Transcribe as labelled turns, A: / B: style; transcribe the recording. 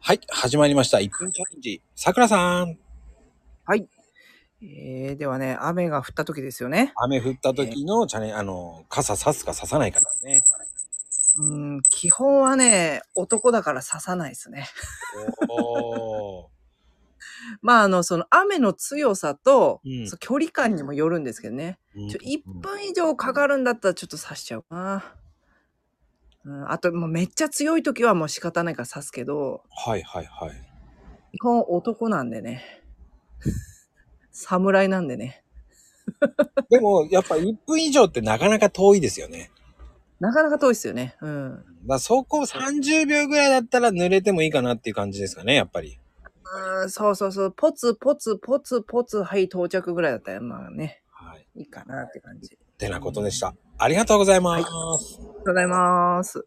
A: はい、始まりました。1分チャレンジ。さくらさん、
B: はい。えー、ではね、雨が降った時ですよね。
A: 雨降った時のチャレンジ、あの、傘差すか差さないかですね。
B: うん、基本はね、男だから刺さないですね。
A: おー。
B: まあ、あの、その雨の強さと、
A: うん
B: その距離感にもよるんですけどね。ちょ1分以上かかるんだったらちょっと刺しちゃうかな。うん、あと、もうめっちゃ強い時はもう仕方ないから刺すけど、
A: はいはいはい。
B: 基本男なんでね。 侍なんでね。
A: でも、やっぱ1分以上ってなかなか遠いですよね。
B: なかなか遠いですよね。うん。
A: だからそこ30秒ぐらいだったら濡れてもいいかなっていう感じですかね、やっぱり。
B: うん、そうそうそう。ポツポツポツポツ、はい、到着ぐらいだったら、まあね。
A: はい。
B: いいかなって感じ。あり
A: てなことでした。ありがとうございます。
B: がとうございます。